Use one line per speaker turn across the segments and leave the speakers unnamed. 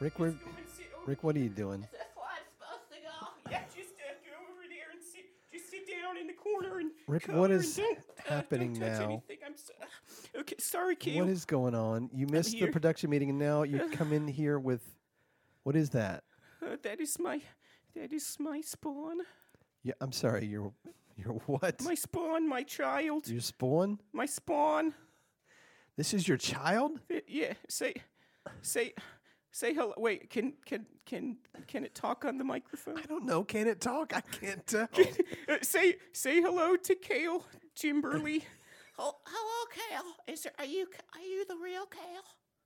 Rick, where, Rick, what are you doing?
That's why it's supposed to go. Yeah, just uh, go over there and sit. Just sit down in the corner and.
Rick,
cover
what
and
is
don't,
happening
uh, don't touch
now?
Anything. I'm so, okay, sorry, Kale.
What is going on? You missed the
here.
production meeting, and now you come in here with what is that?
uh, that is my. That is my spawn.
Yeah, I'm sorry. You're you're what?
My spawn. My child.
Your spawn?
My spawn.
This is your child?
Uh, Yeah. Say, say, say hello. Wait. Can can can can it talk on the microphone?
I don't know. Can it talk? I can't tell.
Uh, say say hello to Kale Jimberly.
Oh, hello, Kale. Is there, are you are you the real Kale?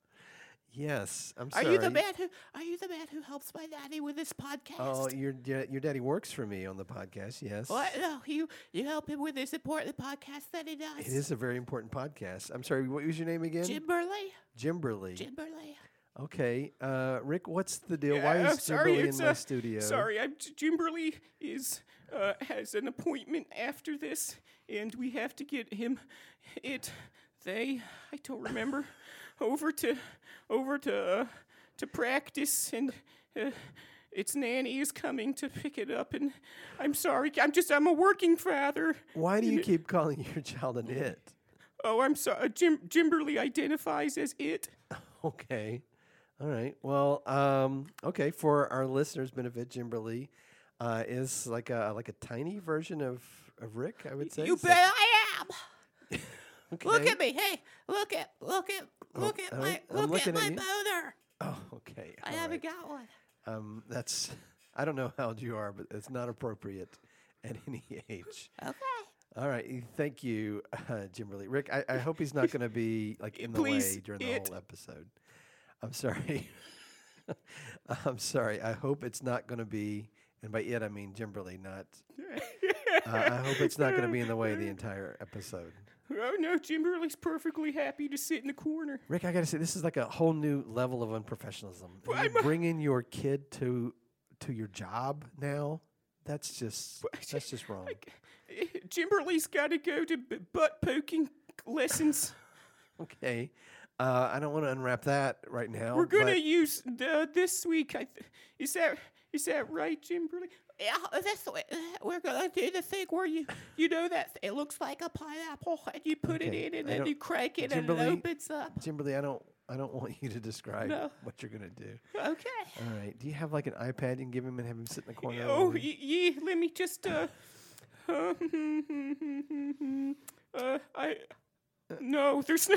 yes, I'm
Are
sorry.
you the man who are you the man who helps my daddy with this podcast?
Oh, your da- your daddy works for me on the podcast. Yes.
what? No, you you help him with this important podcast that he does.
It is a very important podcast. I'm sorry. What was your name again?
Jim Burley.
Jimberly.
Jim Burley.
Okay, uh, Rick, what's the deal?
Yeah,
Why
I'm
is
sorry,
Jimberly
it's,
in my
uh,
studio?
Sorry, I'm J- Jimberly is uh, has an appointment after this, and we have to get him, it, they, I don't remember, over to, over to, uh, to practice, and uh, its nanny is coming to pick it up, and I'm sorry, I'm just I'm a working father.
Why do you keep calling your child an it?
Oh, I'm sorry, uh, Jim Jimberly identifies as it.
Okay. All right. Well, um, okay. For our listeners' benefit, Jimberly uh, is like a like a tiny version of, of Rick. I would say.
You
Is
bet
that-
I am. Look
okay.
at me. Hey, look at look at look at
oh,
my
I'm
look
looking at
at my
you.
boner.
Oh, okay.
I
all
haven't
right.
got one.
Um, that's. I don't know how old you are, but it's not appropriate at any age.
Okay.
All right. y- Thank you, uh, Jimberly. Rick, I, I hope he's not going to be like in the
Please,
way during the
it-
whole episode. I'm sorry. I'm sorry. I hope it's not going to be, and by it I mean Jimberly, not. uh, I hope it's not going to be in the way the entire episode.
Oh no, Jimberly's perfectly happy to sit in the corner.
Rick, I got to say, this is like a whole new level of unprofessionalism.
Well,
You're
I'm a-
bringing your kid to to your job now. That's just that's just wrong.
Jimberly's got to go to b- butt poking lessons.
Okay. Uh, I don't want to unwrap that right now.
We're gonna
but-
use the, this week. I th- is that is that right, Jimberly?
Yeah, that's the way we're gonna do the thing where you you know that it looks like a pineapple and you put
Okay,
it in and
I
then
don't-
you crank it and it
Kimberly-
opens up.
Kimberly, I don't I don't want you to describe
No.
what you're gonna do.
Okay.
All right. Do you have like an iPad you can give him and have him sit in the corner?
Oh,
while we-
ye, ye let me just. Uh, uh, I no, there's no,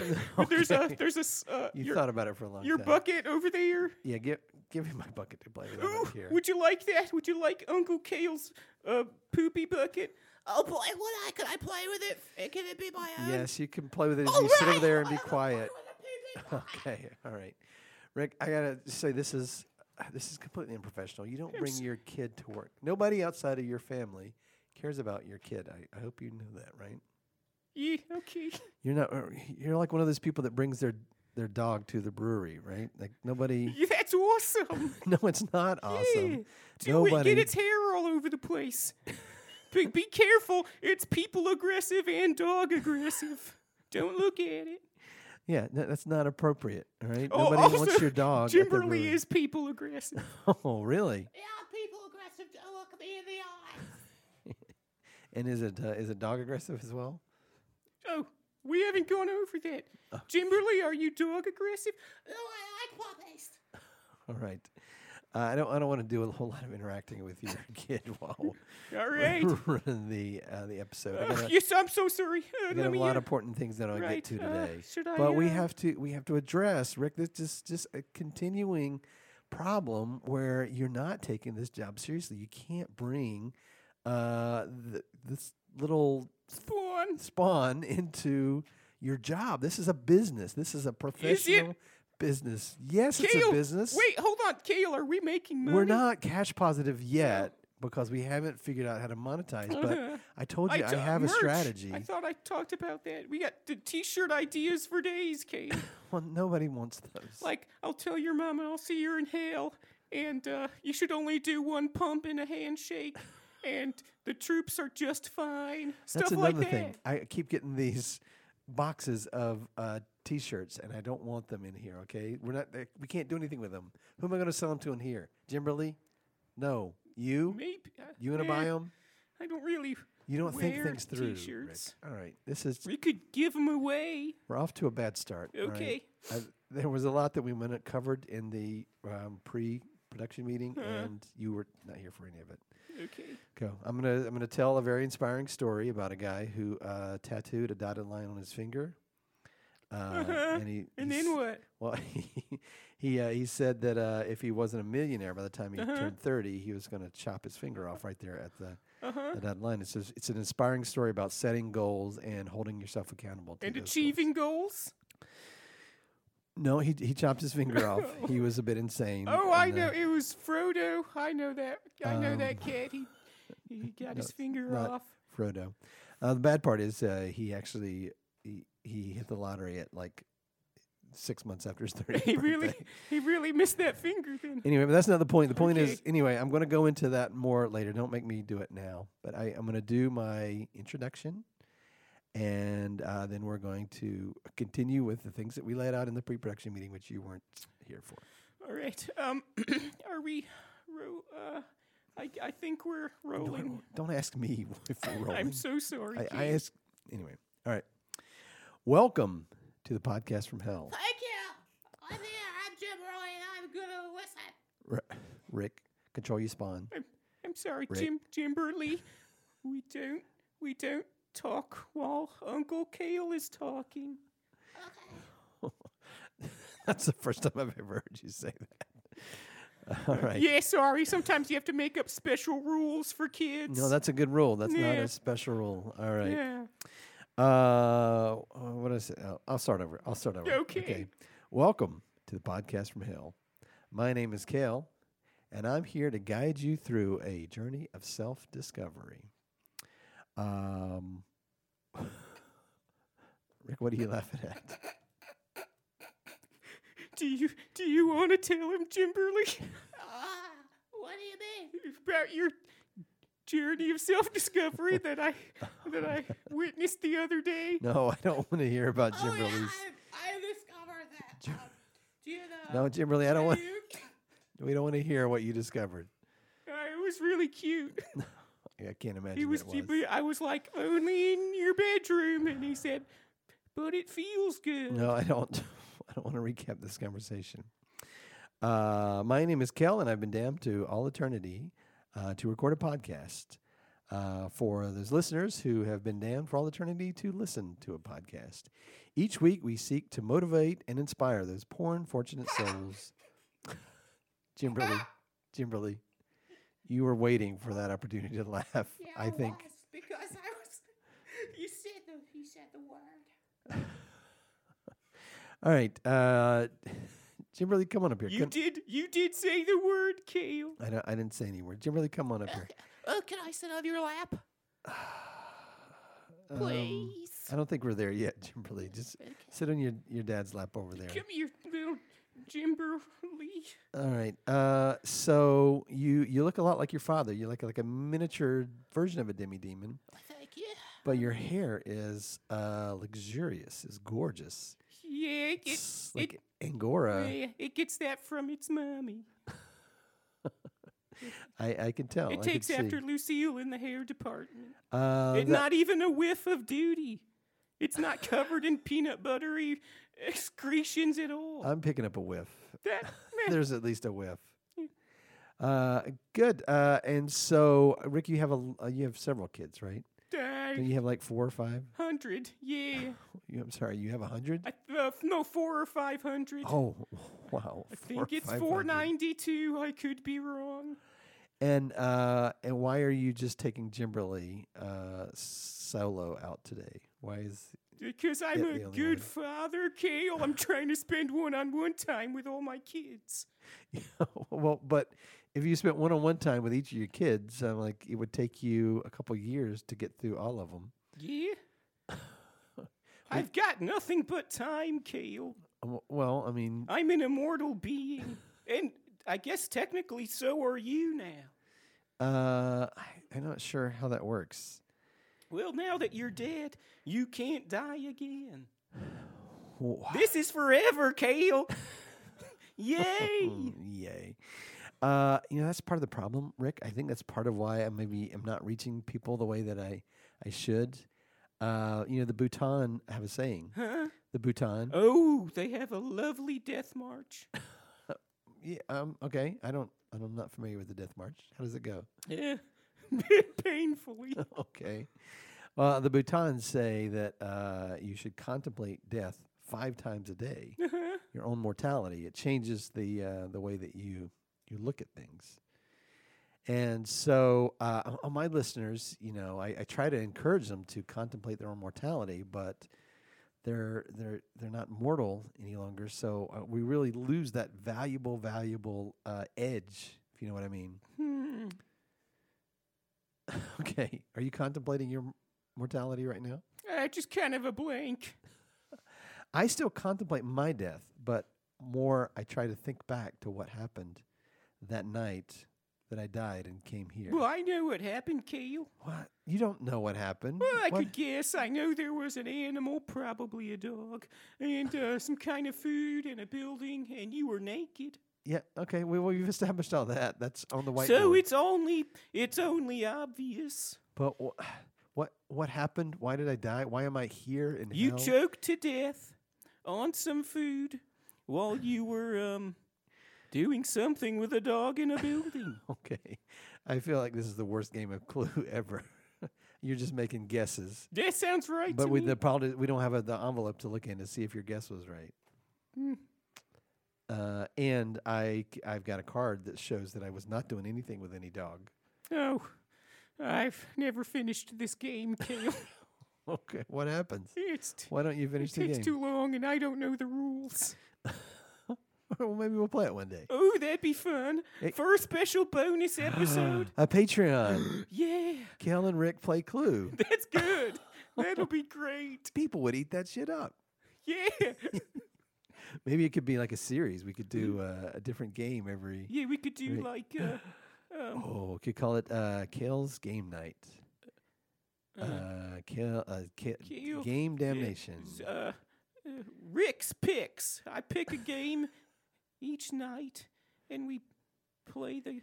there's a
Okay.
there's a s- uh,
you
your,
thought about it for a long
your
time.
bucket over there.
Yeah, give give him my bucket to play with. I'm
Ooh,
not here.
would you like that? Would you like Uncle Kale's uh, poopy bucket?
Oh boy, would I? Could I play with it? Eh, Can it be my own?
yes, you can play with it. If
Oh,
All
you sit over
right,
there and
I
be
will play
quiet.
with a pee-pee.
Okay. All right. Rick, I gotta say this is this is completely unprofessional. You don't bring your kid to work. Nobody outside of your family cares about your kid. I, I hope you know that, right?
Yeah, okay.
You're not. uh, You're like one of those people that brings their their dog to the brewery, right? Like nobody.
Yeah, that's awesome.
No, it's not awesome.
Do it.
Nobody.
Get its hair all over the place. be, be careful. It's people aggressive and dog aggressive. Don't look at it.
yeah, no, that's not appropriate. All right.
Oh,
Nobody
also,
wants your dog. at the
Jimberly
brewery.
is people aggressive.
Oh, really?
Yeah, people aggressive. Don't look me in the eye.
And is it uh, is it dog aggressive as well?
Oh, we haven't gone over that.
Uh.
Jimberly, are you dog aggressive?
No, I like puppies.
All right. Uh, I don't. I don't want to do a whole lot of interacting with your kid while
All right.
we're running the uh, the episode. I
Ugh,
gotta-
yes, I'm so sorry. Uh,
I got
let
a
me.
lot of
uh,
important things that I'll
right,
get to
uh,
today.
should I,
but we
uh,
have to we have to address Rick. This is just a continuing problem where you're not taking this job seriously. You can't bring uh, th- this little
Spawn.
spawn into your job. This is a business. This is a professional business. Yes, it's a
Kale,
business.
Wait, hold on, Kale. Are we making money?
We're not cash positive yet because we haven't figured out how to monetize.
Uh-huh.
But I told you I,
t-
have a
merch.
strategy.
I thought I talked about that. We got the T-shirt ideas for days, Kale.
well, nobody wants those.
like, I'll tell your mom and I'll see you in hell, and uh, you should only do one pump and a handshake, and the troops are just fine.
That's
Stuff
another
like that.
thing. I keep getting these boxes of uh, T-shirts, and I don't want them in here. Okay, we're not. they- We can't do anything with them. Who am I going to sell them to in here? Jimberly? No. You?
Maybe uh,
You going to
eh,
buy them?
I don't really.
You don't think
wear
things through. Rick.
T-shirts.
All right. This is.
We could give them away.
We're off to a bad start. all right?
Okay.
I, there was a lot that we went and covered in the um, pre-production meeting,
Uh-huh.
and you were not here for any of it.
Okay.
Go. I'm gonna I'm gonna tell a very inspiring story about a guy who uh, tattooed a dotted line on his finger. Uh,
Uh-huh.
And he
And
he
then
s-
what?
Well, he he, uh, he said that uh, if he wasn't a millionaire by the time
Uh-huh.
he turned thirty, he was gonna chop his finger off right there at the,
Uh-huh.
the dotted line. It's just, it's an inspiring story about setting goals and holding yourself accountable to
And
those goals.
achieving goals.
No, he he chopped his finger off. He was a bit insane.
Oh, I
and, uh, Um,
know. It was Frodo. I know that. I know that kid. He he got his finger
not
off.
Frodo. Uh, the bad part is uh, he actually he, he hit the lottery at like six months after his 30th
He really
birthday.
he really missed that finger then.
Anyway, but that's not the point. The point is,
Okay.
anyway, I'm going to go into that more later. Don't make me do it now. But I, I'm going to do my introduction, and uh, then we're going to continue with the things that we laid out in the pre-production meeting, which you weren't here for.
All right. Um, are we? Ro- uh, I I think we're rolling.
Don't ask me if we're rolling.
Oh, I'm so sorry.
I, I
Keith.
ask anyway. All right. Welcome to the podcast from hell,
Thank you. I'm here. I'm Jim Roy, and I'm gonna listen.
R- Rick. Control your spawn.
I'm, I'm sorry,
Rick.
Jim Jimberly. We don't we don't talk while Uncle Kale is talking.
That's the first time I've ever heard you say that. All right.
Yeah, sorry. Sometimes you have to make up special rules for kids.
No, that's a good rule. That's not
Yeah.
a special rule. All right.
yeah.
Uh, what is it? Oh, I'll start over. I'll start over.
Okay.
Welcome to the podcast from hell. My name is Kale, and I'm here to guide you through a journey of self-discovery. Um, Rick, what are you laughing at?
Do you do you want to tell him, Jimberly,
Ah, what do you mean?
about your journey of self-discovery that I that I witnessed the other day?
No, I don't want to hear about
Oh,
Jim
yeah,
Riley's.
I, I discovered that. Um, do you know?
No, Jim Riley, I don't want.
you-
We don't want to hear what you discovered.
Uh, it was really cute.
I can't imagine.
He was,
that
he
was.
be- I was like only in your bedroom, and he said, "But it feels good."
No, I don't. I don't want to recap this conversation. Uh, my name is Kel, and I've been damned to all eternity uh, to record a podcast. Uh, for those listeners who have been damned for all eternity to listen to a podcast, each week we seek to motivate and inspire those poor, unfortunate souls. Jimberly, Jimberly, you were waiting for that opportunity to laugh.
Yeah,
I think.
was, because I was. You said the you said the word.
All right, uh, Jimberly, come on up here.
you
Come-
did. You did say the word, Kale.
I, don't, I didn't say any word. Jimberly, come on up here.
Oh, can I sit on your lap,
Um,
please?
I don't think we're there yet, Jimberly. Just sit on your, your dad's lap over there.
Come here, little Jimberly.
All right. Uh, so you you look a lot like your father. You're like like a miniature version of a demi demon,
Thank you.
but your hair is uh, luxurious. It's gorgeous.
Yeah, it, it,
It's like angora.
yeah, it gets that from its mommy.
I, I can tell. oh, I
It
can
takes
see.
after Lucille in the hair department.
Uh,
It-
that-
not even a whiff of duty. It's not covered in peanut buttery excretions at all.
I'm picking up a whiff.
that,
There's at least a whiff. Uh, good. Uh, and so, Rick, you have a l- uh, you have several kids, right? Don't
Uh,
you have like four or five?
hundred, yeah.
You, I'm sorry, you have a hundred.
I, uh, no, four or five hundred.
Oh, wow!
I think it's four ninety-two. I could be wrong.
And uh, and why are you just taking Jimberly uh solo out today? Why is
Because I'm
Yeah,
a
the only
good
one.
father, Kale. I'm trying to spend one-on-one time with all my kids.
well? But if you spent one on one time with each of your kids, I'm like it would take you a couple years to get through all of them.
Yeah. I've got nothing but time, Kale.
Um, Well, I mean,
I'm an immortal being. And I guess technically so are you now.
uh, I, I'm not sure how that works.
Well, now that you're dead, you can't die again.
Wha-
This is forever, Kale. Yay!
Mm, Yay. Uh, you know, that's part of the problem, Rick. I think that's part of why I maybe am not reaching people the way that I, I should. Uh, you know, the Bhutan have a saying.
Huh?
The Bhutan.
Oh, they have a lovely death march.
Yeah, um, okay. I don't, I'm not familiar with the Death March. How does it go?
Yeah. Painfully.
okay. Well, the Bhutans say that uh, you should contemplate death five times a day, your own mortality. It changes the uh, the way that you you look at things. And so, uh, on- on my listeners, you know, I, I try to encourage them to contemplate their own mortality, but they're they're they're not mortal any longer. So uh, we really lose that valuable valuable uh, edge, if you know what I mean.
Hmm.
Okay. Are you contemplating your m- mortality right now?
Uh, just kind of a blank.
I still contemplate my death, but more I try to think back to what happened that night that I died and came here.
Well, I know what happened, Kale.
What? You don't know what happened.
Well, I
What-
could guess. I know there was an animal, probably a dog, and uh, some kind of food and a building, and you were naked.
Yeah. Okay. Well, we've established all that. That's on the white.
so it's only it's only obvious.
But wh- what? What happened? Why did I die? Why am I here? In
You
hell?
choked to death on some food while you were um doing something with a dog in a building.
Okay. I feel like this is the worst game of Clue ever. You're just making guesses.
that sounds right.
But
to
we,
me.
the problem is we don't have a, the envelope to look in to see if your guess was right.
Hmm.
Uh, and I, c- I've got a card that shows that I was not doing anything with any dog.
oh, I've never finished this game, Kale.
Okay, what happens?
it's t-
Why don't you
it
finish the
takes
game?
too long, and I don't know the rules.
well, maybe we'll play it one day.
Oh, that'd be fun.
It-
For a special bonus episode.
A Patreon.
yeah,
Kel and Rick play Clue.
that's good. That'll be great.
People would eat that shit up.
Yeah.
Maybe it could be like a series. We could do uh, a different game every.
Mm. Yeah, we could do
Right.
like uh, um,
Oh, we could call it uh, Kale's Game Night. Uh, Kale, uh, Kale,
Kale-
Game
yeah,
Damnation.
s- uh, uh, Rick's picks. I pick a game each night and we play the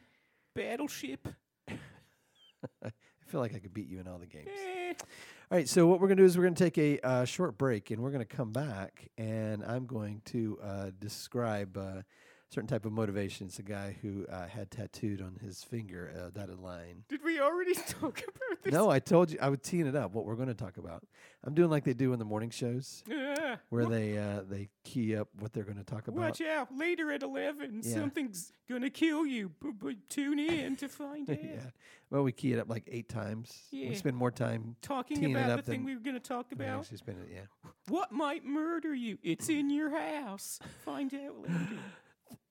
battleship.
I feel like I could beat you in all the games.
Eh,
All right, so what we're going to do is we're going to take a uh, short break and we're going to come back and I'm going to uh, describe uh, a certain type of motivation. It's a guy who uh, had tattooed on his finger a dotted line.
did we already talk about this?
No, I told you I would teeing it up what we're going to talk about. I'm doing like they do in the morning shows
Ah,
where they uh, they key up what they're going to talk about.
watch out. Later at 11,
Yeah.
something's going to kill you. But tune in to find out.
yeah. Well, we key it up like eight times.
Yeah.
We spend more time
talking
teeing it
about
up
the thing
than
we were going to talk
than we
about.
actually spend it. Yeah.
What might murder you? It's in your house. Find out later.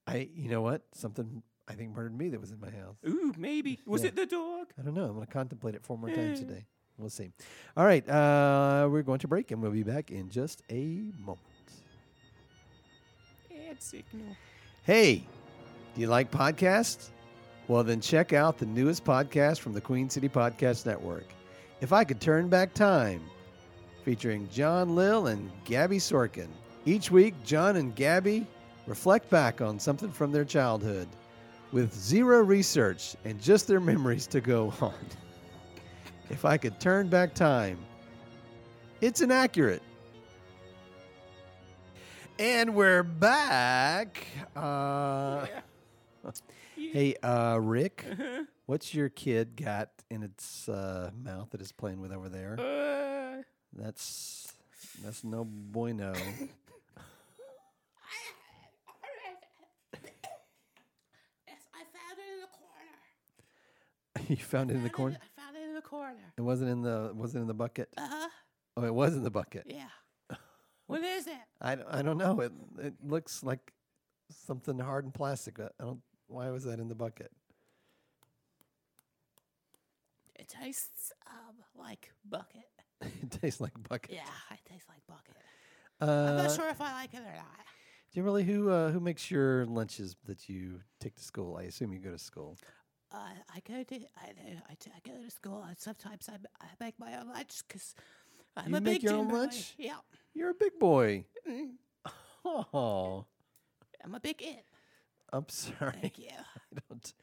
I you know what? Something I think murdered me that was in my house.
Ooh, maybe. Was
Yeah.
it the dog?
I don't know. I'm going to contemplate it four more times today. We'll see. All right. Uh, we're going to break and we'll be back in just a moment.
Ad signal.
Hey, do you like podcasts? Well, then check out the newest podcast from the Queen City Podcast Network. If I Could Turn Back Time, featuring John Lill and Gabby Sorkin. Each week, John and Gabby reflect back on something from their childhood with zero research and just their memories to go on. If I could turn back time, it's inaccurate. And we're back. Uh,
Yeah. Yeah.
Hey, uh, Rick,
Uh-huh.
what's your kid got in its uh, mouth that it's playing with over there?
Oh.
Uh,
That's that's no bueno.
Yes, I found it in the corner.
you found it in the corner.
I found it in the corner.
It wasn't in the wasn't in the bucket.
Uh-huh.
Oh, it was in the bucket.
Yeah. What is it?
I, d- I don't know. It it looks like something hard and plastic. but I don't. Why was that in the bucket?
It tastes um, like bucket.
it tastes like bucket.
Yeah, it tastes like bucket. I'm
Uh,
not sure if I like it or not.
Kimberly, who uh, who makes your lunches that you take to school? I assume you go to school.
Uh, I go to I, do- I, t- I go to school. And sometimes I, m- I make my own lunch because I'm
You
a
make
big
your own
gym boy.
lunch?
Yeah,
You're a big boy.
Mm.
Oh,
I'm a big it.
I'm sorry.
Thank you.
I don't.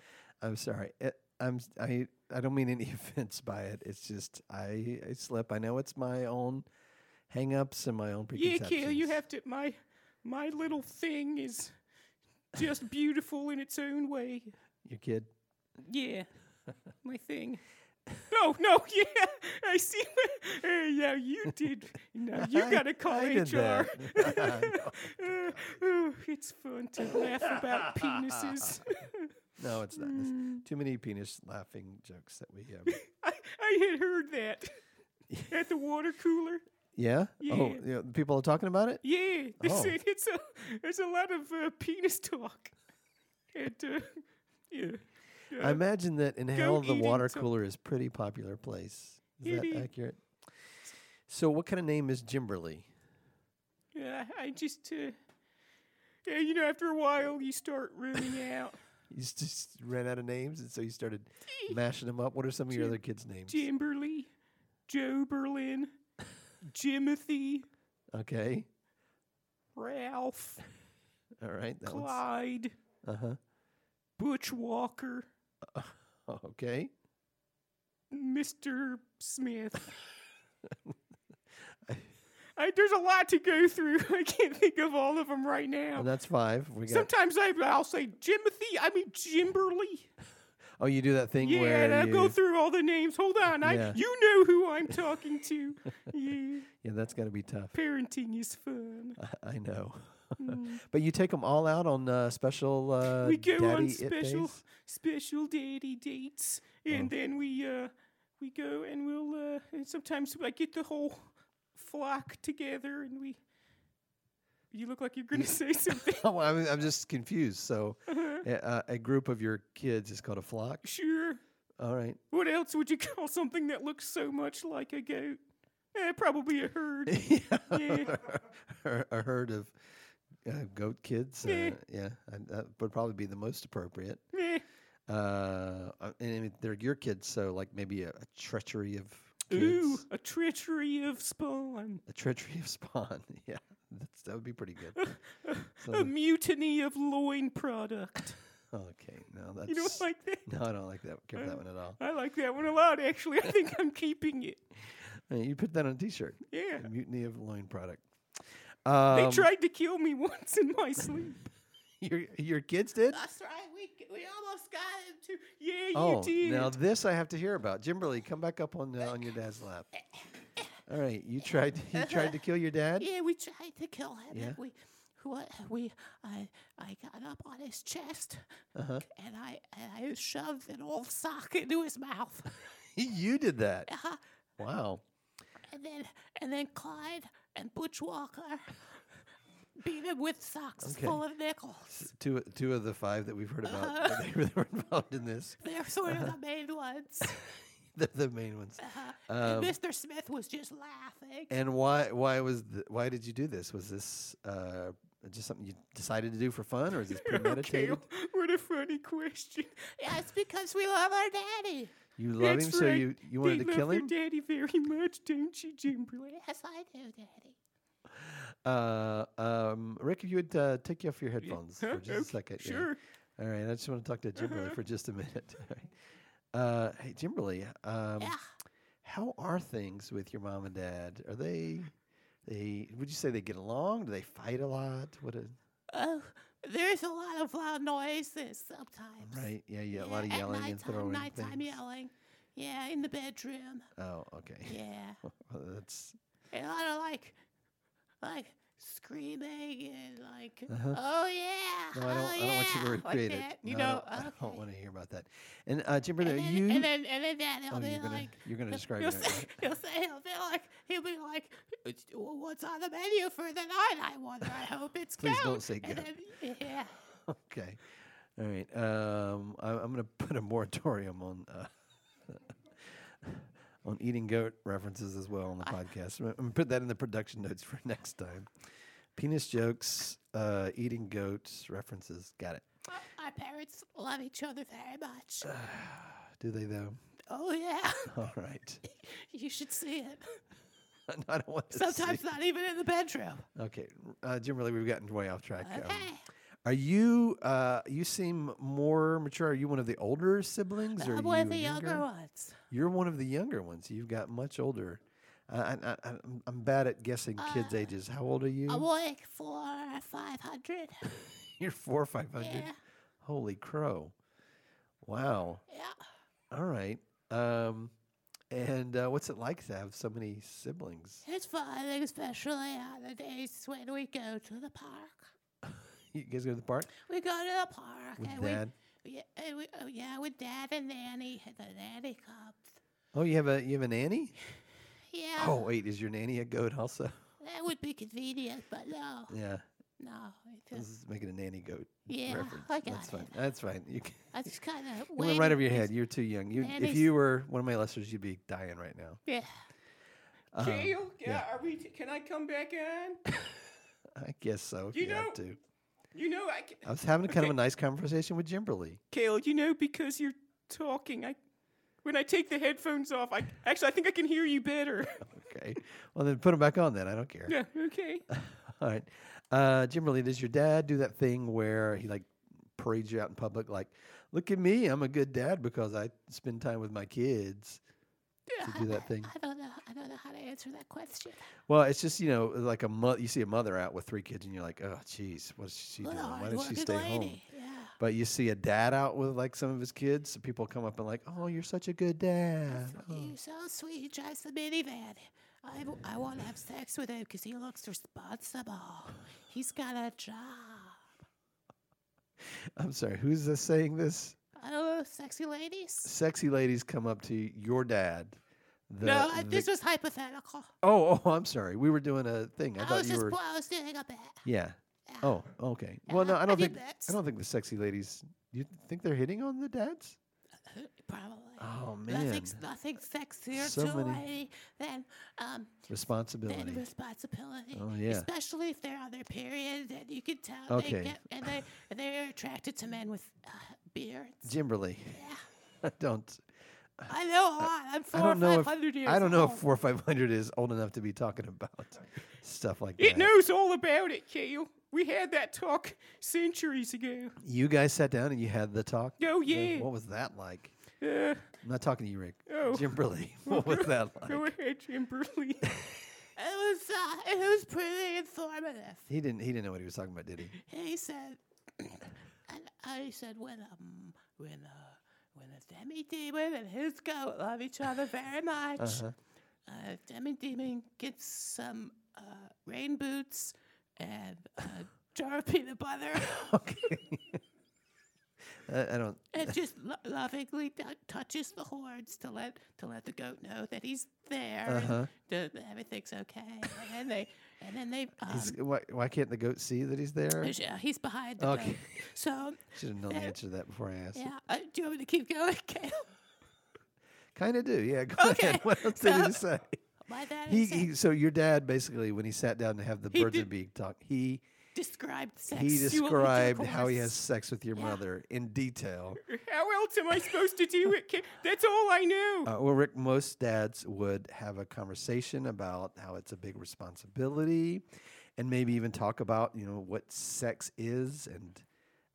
I'm sorry. It, I'm. s- I. I don't mean any offense by it. It's just I. I slip. I know it's my own hang-ups and my own
yeah,
preconceptions.
Kale, you have to. My my little thing is just beautiful in its own way.
your kid.
Yeah, my thing. No, no, yeah, I see. what- uh, yeah, you did. No, you
I-
gotta call
I did
HR.
that. No,
Uh, oh, it's fun to laugh about penises.
No, it's not. There's
Hmm.
too many penis laughing jokes that we have.
I, I had heard that at the water cooler.
yeah? Oh,
Yeah.
yeah, people are talking about it?
Yeah, they
Oh.
said it's a there's a lot of uh, penis talk. And uh, yeah,
I imagine that in hell the
eating
water
some-
cooler is pretty popular place. Is
It is.
that accurate? So what kind of name is Jimberly?
yeah, I just uh, yeah, you know, after a while you start ruining out.
You s- just ran out of names and so you started mashing them up. What are some of your other kids' names?
Jimberly, Joe Berlin, Jimothy,
Okay.
Ralph,
All right. That one's
Clyde,
uh huh.
Butch Walker,
Okay.
Mr. Smith. I, there's a lot to go through. I can't think of all of them right now.
And that's five. We got
Sometimes I, I'll say Jimothy. I mean Jimberly.
Oh, you do that thing
Yeah,
where
and I'll
you,
go through all the names. Hold on, I
Yeah.
you know who I'm talking to. yeah,
Yeah, that's gotta be tough.
parenting is fun.
I know. but you take them all out on uh, special. Uh,
Hmm. we go
daddy
on
it
special
days? Oh.
special daddy dates, and then we uh we go and we'll uh and sometimes I get the whole flock together and we. You look like you're gonna say something.
Oh, I'm, I'm just confused. So,
Uh-huh.
a- uh, a group of your kids is called a flock.
sure.
All right.
What else would you call something that looks so much like a goat? Eh, probably a herd. Yeah.
a herd of uh, goat kids.
Yeah.
Uh, yeah, and that would probably be the most appropriate.
Eh.
Uh, uh, and I mean, they're your kids, so like maybe a, a treachery of kids.
Ooh, a treachery of spawn,
A treachery of spawn. yeah, that's, that would be pretty good. So
a
the-
mutiny of loin product.
okay, no, that's
You don't like that?
no, I don't like that. Care for that one at all.
I like that one a lot, actually. I think I'm keeping it.
Uh, You put that on a T-shirt.
Yeah.
The Mutiny of loin product. Um,
they tried to kill me once in my sleep.
Your, your kids did?
That's right. We we almost got him too.
Yeah, you
oh,
did.
now this I have to hear about. Jimberly, come back up on uh, on your dad's lap. All right, you tried you tried to kill your dad.
Yeah, we tried to kill him.
Yeah.
And we what we I I got up on his chest
Uh-huh.
and I and I shoved an old sock into his mouth.
you did that.
Uh-huh.
Wow.
And then and then Clyde and Butch Walker beat him with socks
Okay.
full of nickels.
Two two of the five that we've heard about uh, they were involved in this.
They're sort
Uh-huh.
of the main ones.
They're the main ones.
and Mr. Smith was just laughing.
Um, And why why was the, why did you do this? Was this uh, just something you decided to do for fun, or is this premeditated?
what a funny question.
yeah, it's because we love our daddy.
You love
That's
him, so
right.
you you wanted
they
to
love
kill
their
him.
daddy very much, don't you, Jimberly?
Yes, I do, daddy.
Uh, um, Rick, if you would uh, take off your headphones
Huh?
for just a
Okay,
second. yeah.
Sure. Uh-huh.
All right. I just want to talk to Jimberly for just a minute. All right. Uh, hey, Jimberly, um,
Yeah.
how are things with your mom and dad? Are they, they, would you say they get along? Do they fight a lot? What a,
Oh,
There's a lot of loud noises sometimes.
Right. Yeah, yeah. A lot of
at
yelling and
nighttime,
throwing
Nighttime
things.
yelling. Yeah, in the bedroom.
Oh, okay.
Yeah.
Well, that's
and a lot of like, like screaming and like, oh yeah,
Uh-huh. no. I don't.
oh,
I
yeah,
don't want you to
like
recreate
that,
it.
You
No,
know,
I don't, I don't
okay.
want to hear about that. And uh, Jim, Brother,
and then,
you.
and then and then that he'll
oh,
be
you're gonna.
like,
you're gonna describe
he'll
it.
say, he'll say he'll be like he'll be like, it's, well, what's on the menu for the night? I wonder. I hope it's
Please
goat."
don't say
And
goat.
then- yeah.
Okay. All right. Um, I, I'm going to put a moratorium on uh, on eating goat references as well on the podcast. I'm going to put that in the production notes for next time. Penis jokes, uh, eating goats references. Got it.
Well, Our parents love each other very much.
Uh. Do they though?
oh yeah,
All right.
you should see it.
I don't want to
Sometimes not even in the bedroom.
Okay, uh, Jim. Really, we've gotten way off track. Um,
Okay.
are you? Uh, you seem more mature. Are you one of the older siblings, or are
I'm one
you
of the
younger?
younger ones.
You're one of the younger ones. You've got much older. I, I, I, I'm- I'm bad at guessing
Uh,
kids' ages. How old are you?
I'm like four or five hundred.
You're four or five hundred.
Yeah.
Holy crow! Wow.
Yeah.
All right. Um, and uh, what's it like to have so many siblings?
It's fun, especially on the days when we go to the park.
You guys go to the park?
We go to the park
With
and
Dad?
we, yeah, and we, oh yeah, with dad and nanny. And the nanny comes.
Oh, you have a you have a nanny?
Yeah,
Oh, wait, is your nanny a goat also?
that would be convenient, but no,
Yeah,
no, it
this
just,
is making a nanny goat
Yeah,
reference.
I got
That's fine.
it.
That's fine. You can,
I just kind of
Mm. it went right over your head. You're too young. You, if
Nannies-
you were one of my lessers, you'd be dying right now.
Yeah,
Gail, yeah, are we? T- can I come back on?
I guess so. If you,
You
have
know-
to.
You know, I. Can-
I was having kind of a nice conversation with Jimberly.
Kale, you know, because you're talking, I when I take the headphones off, I actually I think I can hear you better.
Okay. well, then put them back on. Then I don't care.
yeah, okay.
All right. Uh, Jimberly, does your dad do that thing where he like parades you out in public, like, "Look at me, I'm a good dad because I spend time with my kids." To do that thing.
I don't know. I don't know how to answer that question.
Well, it's just you know like a mo- you see a mother out with three kids and you're like, "Oh, jeez, what's she doing?
What a
Why did she
hardworking
stay home?"
lady. Yeah.
But you see a dad out with like some of his kids, so people come up and like, "Oh, you're such a good dad." Oh.
You're so sweet. He drives the minivan. I, w- I want to have sex with him because he looks responsible. He's got a job.
I'm sorry, who's this saying this?
Oh, sexy ladies.
sexy ladies come up to your dad. The,
no, I-
the-
this was hypothetical.
oh, oh, I'm sorry. We were doing a thing. I,
I,
thought
was
you
just
were.
pl- I was doing a bet.
yeah. Oh, okay. Well, no,
Yeah,
I don't
I
think
did that.
I don't think the sexy ladies. You think they're hitting on the dads?
Probably.
Oh man,
Nothing's, nothing sexier
So
to a
many-
lady than um
responsibility.
than responsibility.
Oh, yeah.
Especially if they're on their period, and you can tell
Okay.
they get, and they and they're attracted to men with uh, beards.
Jimberly, I don't.
I know a lot. I'm four
I don't
or
know
five
if
hundred years
I don't know
old.
if four or five hundred is old enough to be talking about stuff like
It
that.
knows all about it, Kale. We had that talk centuries ago.
You guys sat down and you had the talk.
Oh,
Yeah,
yeah.
What was that like?
Uh,
I'm not talking to you, Rick.
Oh.
Jimberly, what was that like?
go ahead, Jim Burley.
It was uh, it was pretty informative.
He didn't. He didn't know what he was talking about, did he?
He said, and I said when um when uh when a demi demon and his goat love each other very much,
Uh-huh.
uh demi demon gets some uh, rain boots and a jar of peanut butter
Okay. I, I don't.
and just lo- lovingly t- touches the horns to let to let the goat know that he's there
Uh-huh.
and that everything's okay. And then they and then they um,
He's, why, why can't the goat see that he's there?
Yeah, he's behind the
Okay.
goat. So,
Should have known the answer to that before I asked.
yeah. Uh, do you want me to keep going, Kale?
Kind of do. Yeah. Go
Okay,
ahead. What else did he
so-
say?
My dad
He,
said-
he, so your dad basically, when he sat down to have the birds
did-
and beak talk, he
described sex.
he described how he has sex with your mother in detail.
How else am I supposed to do it, Kale? That's all I know.
Uh, well, Rick, most dads would have a conversation about how it's a big responsibility, and maybe even talk about you know what sex is, and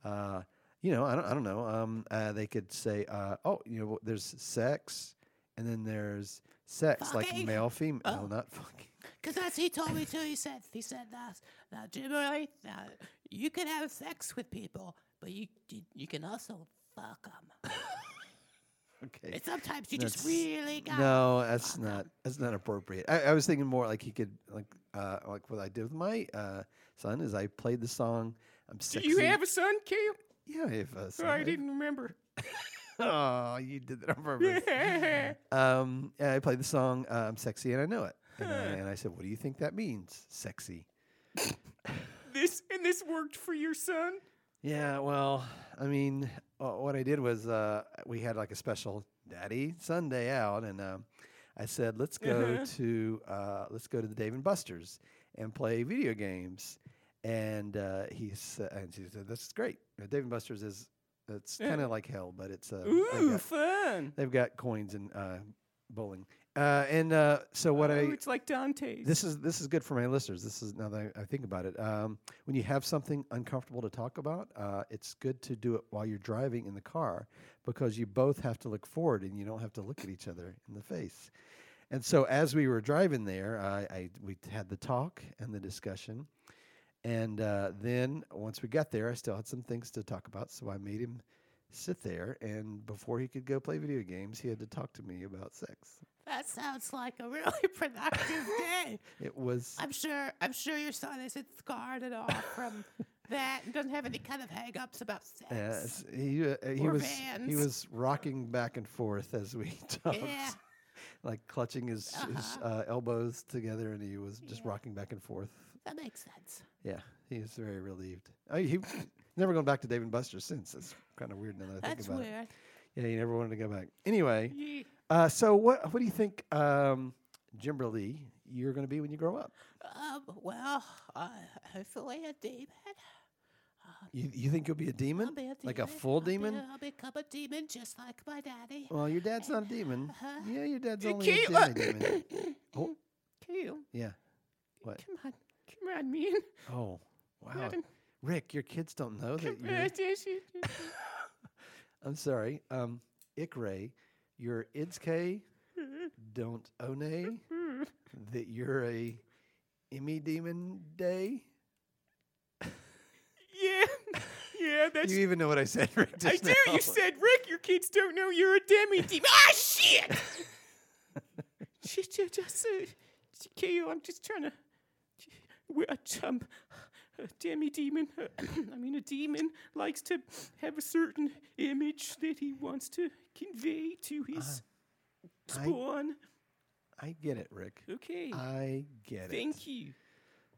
uh, you know I don't I don't know. Um, uh, they could say, uh, oh, you know, there's sex, and then there's sex like
Fucking?
male female, not fucking.
Because that's he told me too. He said he said now, now Jimberly, now you can have sex with people, but you you, you can also fuck them.
Okay.
And sometimes you just
That's-
really got.
No, that's not that's not appropriate. I, I was thinking more like he could like uh like what I did with my uh son is I played the song I'm
Do
sexy.
you have a son, Cam?
yeah, I have a son.
I didn't remember.
Oh, you did that on purpose. um, and I played the song uh, "I'm Sexy and I Know It," and, I, and I said, "What do you think that means, sexy?"
This and this worked for your son.
Yeah, well, I mean, uh, what I did was uh, we had like a special Daddy Sunday out, and um, I said, "Let's go to uh, let's go to the Dave and Buster's and play video games." And uh, he sa- and she said, "This is great. Uh, Dave and Buster's is it's kind of like hell, but it's uh, they've
Ooh,
got-
fun!
They've got coins and uh, bowling. Uh, and uh, so what
Ooh,
I
Oh, it's like Dante's.
this is this is good for my listeners. This is now that I, I think about it. Um, when you have something uncomfortable to talk about, uh, it's good to do it while you're driving in the car because you both have to look forward and you don't have to look at each other in the face. And so as we were driving there, I, I we had the talk and the discussion. And uh, then once we got there, I still had some things to talk about, so I made him sit there. And before he could go play video games, he had to talk to me about sex.
That sounds like a really productive day.
It was
I'm sure. I'm sure your son isn't scarred at all from that, and doesn't have any kind of hang-ups about sex.
yes, he uh, he
Or
was he
Vans.
was rocking back and forth as we talked,
Yeah. Uh-huh.
like clutching his, his uh, elbows together, and he was just rocking back and forth.
That makes sense.
Yeah, he was very relieved. I, he never gone back to Dave and Buster's since. That's kind of weird now that I think
That's
about it.
weird.
Yeah, he never wanted to go back. Anyway, uh, so what what do you think, um, Jimberly, you're going to be when you grow up?
Um, well, uh, hopefully a demon.
You, you think you'll be a demon,
I'll be a demon.
like a full
I'll be-
demon?
I'll become a demon just like my daddy.
Well, your dad's not a demon.
Uh-huh.
Yeah, your dad's only a
Keela.
Disney demon. Oh,
Cam,
yeah. What?
come on, come on, man.
Oh, wow. Rick, your kids don't know that you're. I'm sorry. Um, Ikray, you're Idske, don't one, that you're a Emmy Demon Day.
yeah, yeah, that's.
You even know what I said, Rick.
I
Just
do.
now.
You said, Rick, your kids don't know you're a demi demon. ah, shit! she, ju- just, uh, Keo, I'm just trying to. We're a chum. A demi demon, uh, I mean, a demon likes to have a certain image that he wants to convey to his spawn.
I get it, Rick.
okay.
Ah, I get it.
Thank you.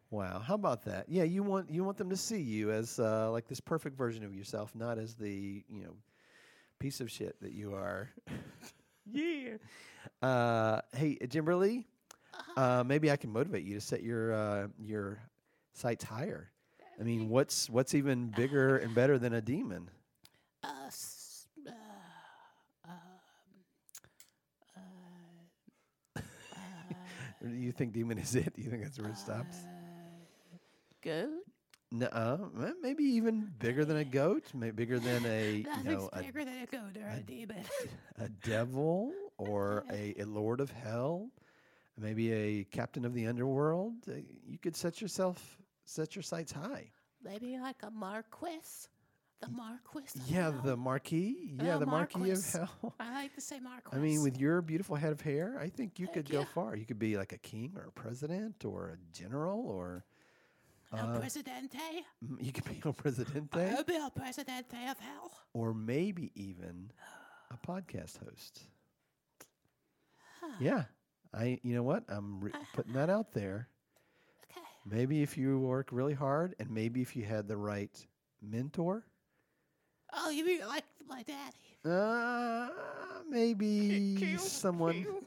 Wow, how about that? Yeah, you want you want them to see you as uh, like this perfect version of yourself, not as the you know piece of shit that you are.
Yeah.
Uh, hey, Jimberly, uh, maybe I can motivate you to set your uh, your sights higher. I mean, what's what's even bigger and better than a demon?
Uh, s- uh, um, uh,
Or do you think demon is it? Do you think that's where it stops?
uh, goat.
No, maybe even bigger than a goat, maybe bigger than a you
Nothing's
know a,
bigger than a goat or a demon.
a devil or a, a lord of hell, maybe a captain of the underworld. Uh, You could set yourself set your sights high.
Maybe like a marquis. The marquis. of
Yeah,
hell.
the marquee. Yeah,
Uh,
the marquee of
marquis.
hell.
I like to say marquis.
I mean, with your beautiful head of hair, I think you
Heck
could go
yeah.
far. You could be like a king or a president or a general or uh,
El Presidente.
mm, you could be a presidente
I'll be El Presidente of hell.
or maybe even a podcast host. Yeah. I you know what? I'm
Uh-huh.
re- putting that out there.
Okay.
Maybe if you work really hard and maybe if you had the right mentor,
Oh, you mean like my daddy?
uh, maybe
Keo,
someone
Keo,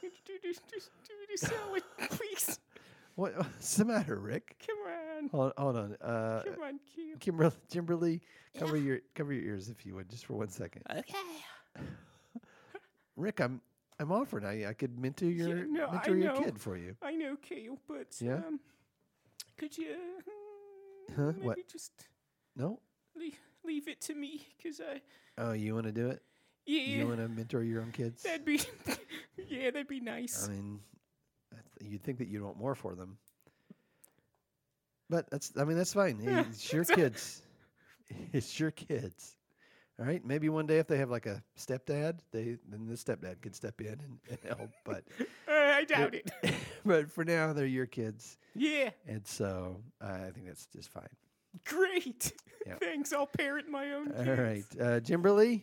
could you just, just do the salad, please?
What what's the matter, Rick?
Come on.
Hold, hold on. Uh
Come on, Keo.
Kimberly, Kimberly, cover your cover your ears if you would, just for one second.
Uh,
Okay.
Rick, I'm I'm offering. I I could mentor your
no, I
mentor your
know.
kid for you.
I know, Kale, but
Yeah?
um, could you uh,
Huh?
maybe
What?
just
No?
leave, leave it to me? Because I,
Oh, you want to do it?
yeah,
You want to mentor your own kids?
that'd be, yeah, that'd be nice.
I mean, I, th- You'd think that you'd want more for them. But that's I mean that's fine. Hey, It's your kids. It's your kids. All right. Maybe one day if they have like a stepdad, they then the stepdad can step in and, and help. But
Uh, I doubt it.
but for now they're your kids.
Yeah,
And so I think that's just fine.
great.
Yep.
Thanks. I'll parent my own.
All
kids.
right. Uh Jimberly.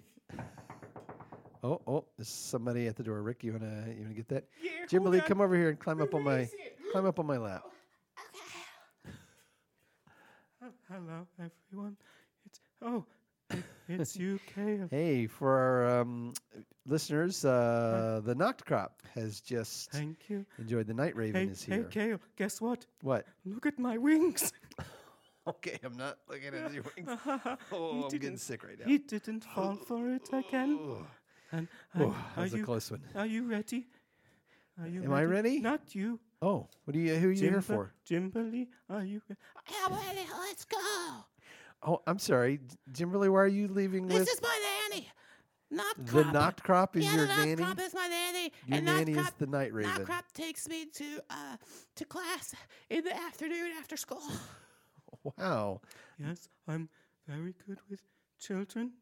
Oh, oh, there's somebody at the door. Rick, you wanna you wanna get that?
Yeah,
Jimberly,
hold on.
come over here and climb up on
Where
my
is it?
climb up on my lap.
Hello, everyone. It's oh, it- it's you, Kale.
Hey, for our um, listeners, uh, the Noctcrop has just
Thank you.
enjoyed the Night Raven
Hey,
is
hey,
here.
Kale. Guess what?
What?
Look at my wings.
Okay, I'm not looking at your wings.
He
Oh, I'm getting
didn't-
sick right now.
He didn't fall for it again.
Oh,
And and
that
are
was a
you
close one.
are you ready? Are you
Am I ready?
Not you.
Oh, what are you? Who are you here for?
Jimberly, are you? re-
Yeah, ready, let's go.
Oh, I'm sorry, J- Jimberly. Why are you leaving
This
with
is my nanny. Not
the Noctcrop? Is
yeah,
your
the knock
nanny?
crop is my nanny.
Your
and
nanny
knock
is the night
knock
raven.
crop takes me to uh to class in the afternoon after school.
Wow,
Yes, I'm very good with children.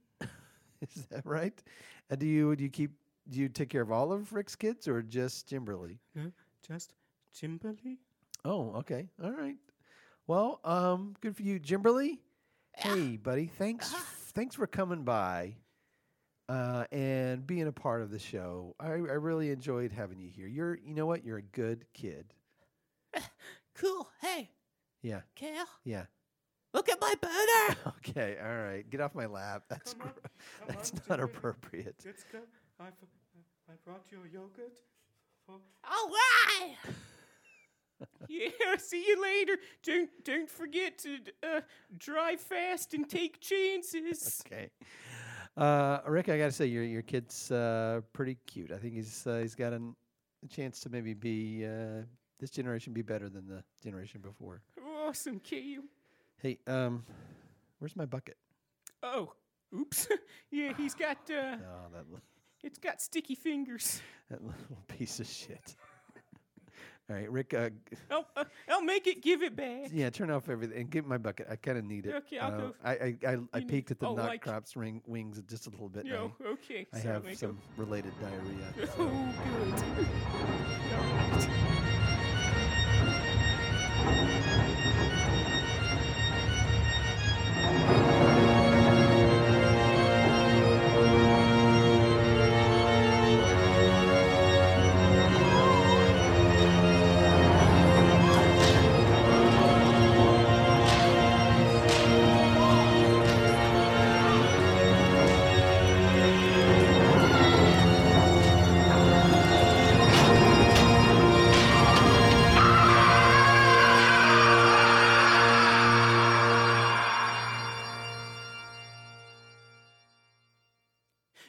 is that right? And do you do you keep do you take care of all of Rick's kids or just Jimberly?
No, just Jimberly.
Oh, okay. All right. Well, um, good for you, Jimberly. Hey, buddy. Thanks. f- Thanks for coming by, uh, and being a part of the show. I, I really enjoyed having you here. You're, you know what? You're a good kid.
Cool. Hey,
Yeah.
Kale,
Yeah.
look at my boner.
Okay. All right. Get off my lap. That's
Come on,
gr-
come
that's
on,
not
Jimberly.
appropriate.
Let's go. I, f- I brought your yogurt. For
All right.
yeah, see you later. Don't don't forget to uh, drive fast and take chances.
Okay. Uh, Rick, I got to say, your your kid's uh, pretty cute. I think he's uh, he's got an, a chance to maybe be uh, this generation be better than the generation before.
Awesome, Kale.
Hey, um, where's my bucket?
Oh, oops. yeah, he's got uh,
Oh, that, li-
it's got sticky fingers.
that little piece of shit. All right, Rick. Uh, g-
I'll, uh, I'll make it give it back.
yeah, turn off everything and get my bucket. I kind of need it.
Okay, I'll
Uh,
go.
I I I, I
You need-
peeked at the
oh,
knock
like-
crops ring wings just a little bit.
Yo,
now.
okay.
I
so
have
make
some related diarrhea.
it- Oh, good. All right.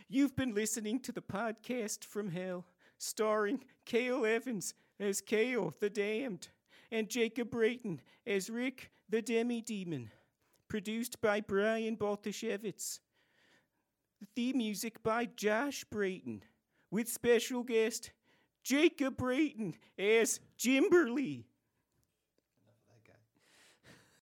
You've been listening to the podcast From Hell, starring Cale Evans as Cale the Damned and Jacob Brayton as Rick the Demi Demon. Produced by Brian Baltashevitz. The theme music by Josh Brayton, with special guest Jacob Brayton as Jimberly.